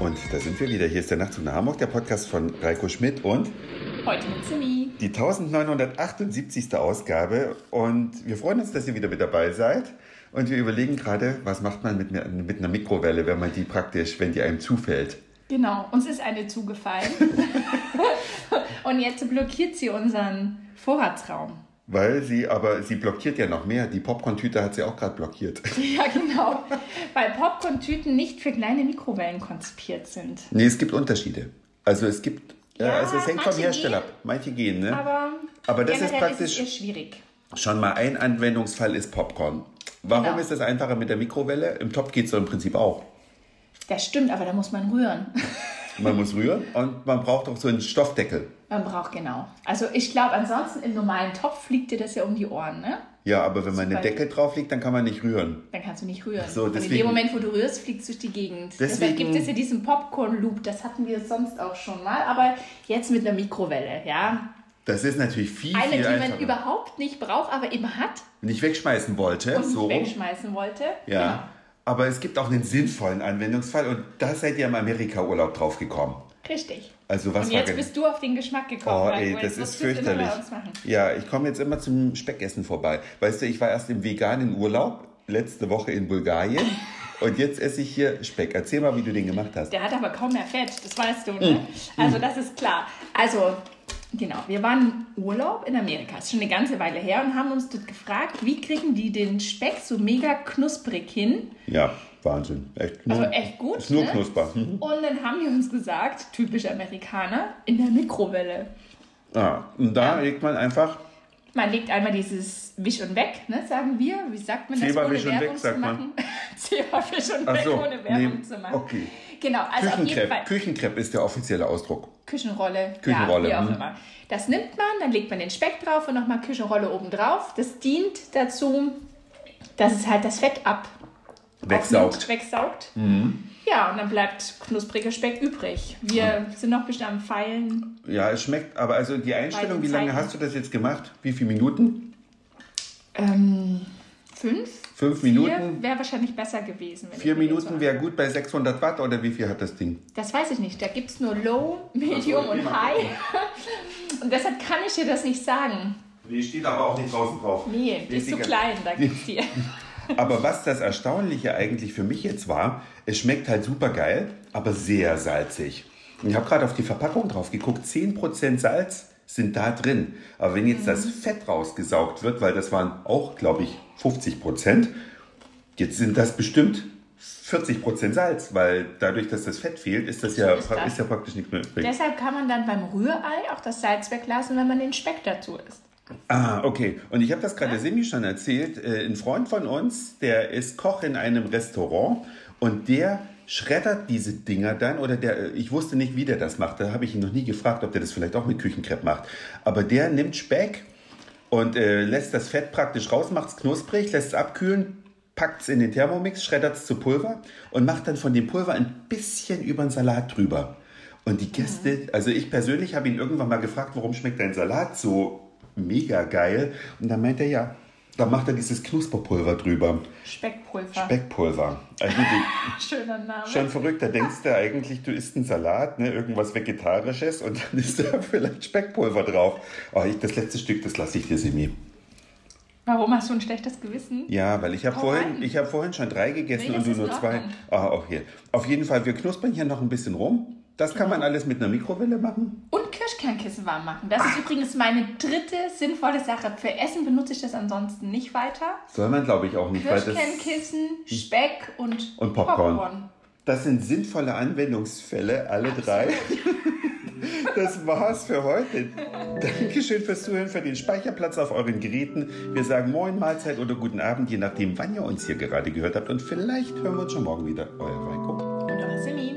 Und da sind wir wieder. Hier ist der Nachtzug nach Hamburg, der Podcast von Reiko Schmidt und Heute mit Simi. die 1978. Ausgabe. Und wir freuen uns, dass ihr wieder mit dabei seid. Und wir überlegen gerade, was macht man mit, einer- mit einer Mikrowelle, wenn man die praktisch, wenn die einem zufällt. Genau, uns ist eine zugefallen. Und jetzt blockiert sie unseren Vorratsraum. Weil sie, aber sie blockiert ja noch mehr. Die Popcorn-Tüte hat sie auch gerade blockiert. Ja, genau. Weil Popcorn-Tüten nicht für kleine Mikrowellen konzipiert sind. nee, es gibt Unterschiede. Also es gibt, ja, Ja, also es hängt vom manche Hersteller gehen. ab. Manche gehen, ne? Aber, Aber das ist generell praktisch- es eher schwierig. Schon mal ein Anwendungsfall ist Popcorn. Warum Genau. ist das einfacher mit der Mikrowelle? Im Topf geht es im Prinzip auch. Das stimmt, aber da muss man rühren. Man muss rühren und man braucht auch so einen Stoffdeckel. Man braucht genau. Also ich glaube, ansonsten im normalen Topf fliegt dir das ja um die Ohren, ne? Ja, aber wenn man einen Super. Deckel drauflegt, dann kann man nicht rühren. Dann kannst du nicht rühren. So, Und in deswegen- dem Moment, wo du rührst, fliegst du durch die Gegend. Deswegen- Deswegen gibt es ja diesen Popcorn-Loop. Das hatten wir sonst auch schon mal. Aber jetzt mit einer Mikrowelle, ja. Das ist natürlich viel, Eine, viel die einfacher. man überhaupt nicht braucht, aber eben hat Wenn ich wegschmeißen wollte, und so nicht rum. wegschmeißen Genau. wollte. Ja. Aber es gibt auch einen sinnvollen Anwendungsfall und da seid ihr im Amerika-Urlaub drauf gekommen. Richtig. Also was Und war jetzt gen- bist du auf den Geschmack gekommen. Oh, Marco. ey, Jetzt das ist musst du es fürchterlich. Immer bei uns machen. Ja, ich komme jetzt immer zum Speckessen vorbei. Weißt du, ich war erst im veganen Urlaub, letzte Woche in Bulgarien. und jetzt esse ich hier Speck. Erzähl mal, wie du den gemacht hast. Der hat aber kaum mehr Fett, das weißt du, Mhm. ne? Also das ist klar. Also, genau, wir waren im Urlaub in Amerika, ist schon eine ganze Weile her und haben uns dort gefragt, wie kriegen die den Speck so mega knusprig hin? Ja, Wahnsinn. Echt, Also echt gut, Mhm. Ist nur ne? knusper. Mhm. Und dann haben die uns gesagt, typisch Amerikaner, in der Mikrowelle. Ah, und da legt man einfach Man legt einmal dieses Wisch und weg, ne, sagen wir. Wie sagt man das, Zeberwisch ohne und weg, Werbung sagt zu man. machen? Zeberwisch und Ach weg, so, ohne Werbung nee, zu machen. okay. Genau, also auf jeden Fall. Küchenkrepp. Küchenkrepp ist der offizielle Ausdruck. Küchenrolle. Küchenrolle, Ja, wie mhm. auch immer. Das nimmt man, dann legt man den Speck drauf und nochmal Küchenrolle oben drauf. Das dient dazu, dass es halt das Fett ab Wegsaugt. Mhm. aufnimmt, wegsaugt. Ja, und dann bleibt knuspriger Speck übrig. Wir sind noch bestimmt am Feilen. Ja, es schmeckt, aber also die Einstellung, den wie lange Zeiten. hast du das jetzt gemacht? Wie viele Minuten? Ähm, fünf? Fünf Vier Minuten? wäre wahrscheinlich besser gewesen. wenn Vier ich mir jetzt so- Minuten wäre gut bei 600 Watt oder wie viel hat das Ding? Das weiß ich nicht. Da gibt es nur Low, Medium Ach so, und immer. High. Und deshalb kann ich dir das nicht sagen. Nee, steht aber auch nicht draußen drauf. Nee, die ist zu klein, da gibt's dir. Aber was das Erstaunliche eigentlich für mich jetzt war, es schmeckt halt super geil, aber sehr salzig. Und Ich habe gerade auf die Verpackung drauf geguckt, 10% Salz sind da drin. Aber wenn jetzt das Fett rausgesaugt wird, weil das waren auch, glaube ich, 50%, jetzt sind das bestimmt 40% Salz, weil dadurch, dass das Fett fehlt, ist das ja, ist das. Ist ja praktisch nichts mehr übrig. Deshalb kann man dann beim Rührei auch das Salz weglassen, wenn man den Speck dazu isst. Ah, okay. Und ich habe das gerade der Simi schon erzählt. Äh, Ein Freund von uns, der ist Koch in einem Restaurant und der schreddert diese Dinger dann oder der, äh, ich wusste nicht, wie der das macht. Da habe ich ihn noch nie gefragt, ob der das vielleicht auch mit Küchenkrepp macht. Aber der nimmt Speck und äh, lässt das Fett praktisch raus, macht es knusprig, lässt es abkühlen, packt es in den Thermomix, schreddert es zu Pulver und macht dann von dem Pulver ein bisschen über den Salat drüber. Und die Gäste, also ich persönlich habe ihn irgendwann mal gefragt, warum schmeckt dein Salat so mega geil? Und dann meint er, ja, da macht er dieses Knusperpulver drüber. Speckpulver. Speckpulver. Also die, Schöner Name. schon verrückt, da denkst du eigentlich, du isst einen Salat, ne, irgendwas Vegetarisches und dann ist da vielleicht Speckpulver drauf. Oh, ich, das letzte Stück, das lasse ich dir, Simi. Warum hast du ein schlechtes Gewissen? Ja, weil ich habe Hau vorhin, rein. ich habe vorhin schon drei gegessen Nee, und das du ist nur in zwei. Ordnung. Ah, auch hier. Auf jeden Fall, wir knuspern hier noch ein bisschen rum. Das Genau. kann man alles mit einer Mikrowelle machen. Und Kirschkernkissen warm machen. Das ist übrigens meine dritte sinnvolle Sache. Für Essen benutze ich das ansonsten nicht weiter. Soll man, glaube ich, auch nicht. Weil das, Kirschkernkissen, Speck und, Und Popcorn. das sind sinnvolle Anwendungsfälle, alle drei. Das war's für heute. Dankeschön fürs Zuhören, für den Speicherplatz auf euren Geräten. Wir sagen Moin, Mahlzeit oder guten Abend, je nachdem, wann ihr uns hier gerade gehört habt. Und vielleicht hören wir uns schon morgen wieder. Euer Reiko. Und eure Simi.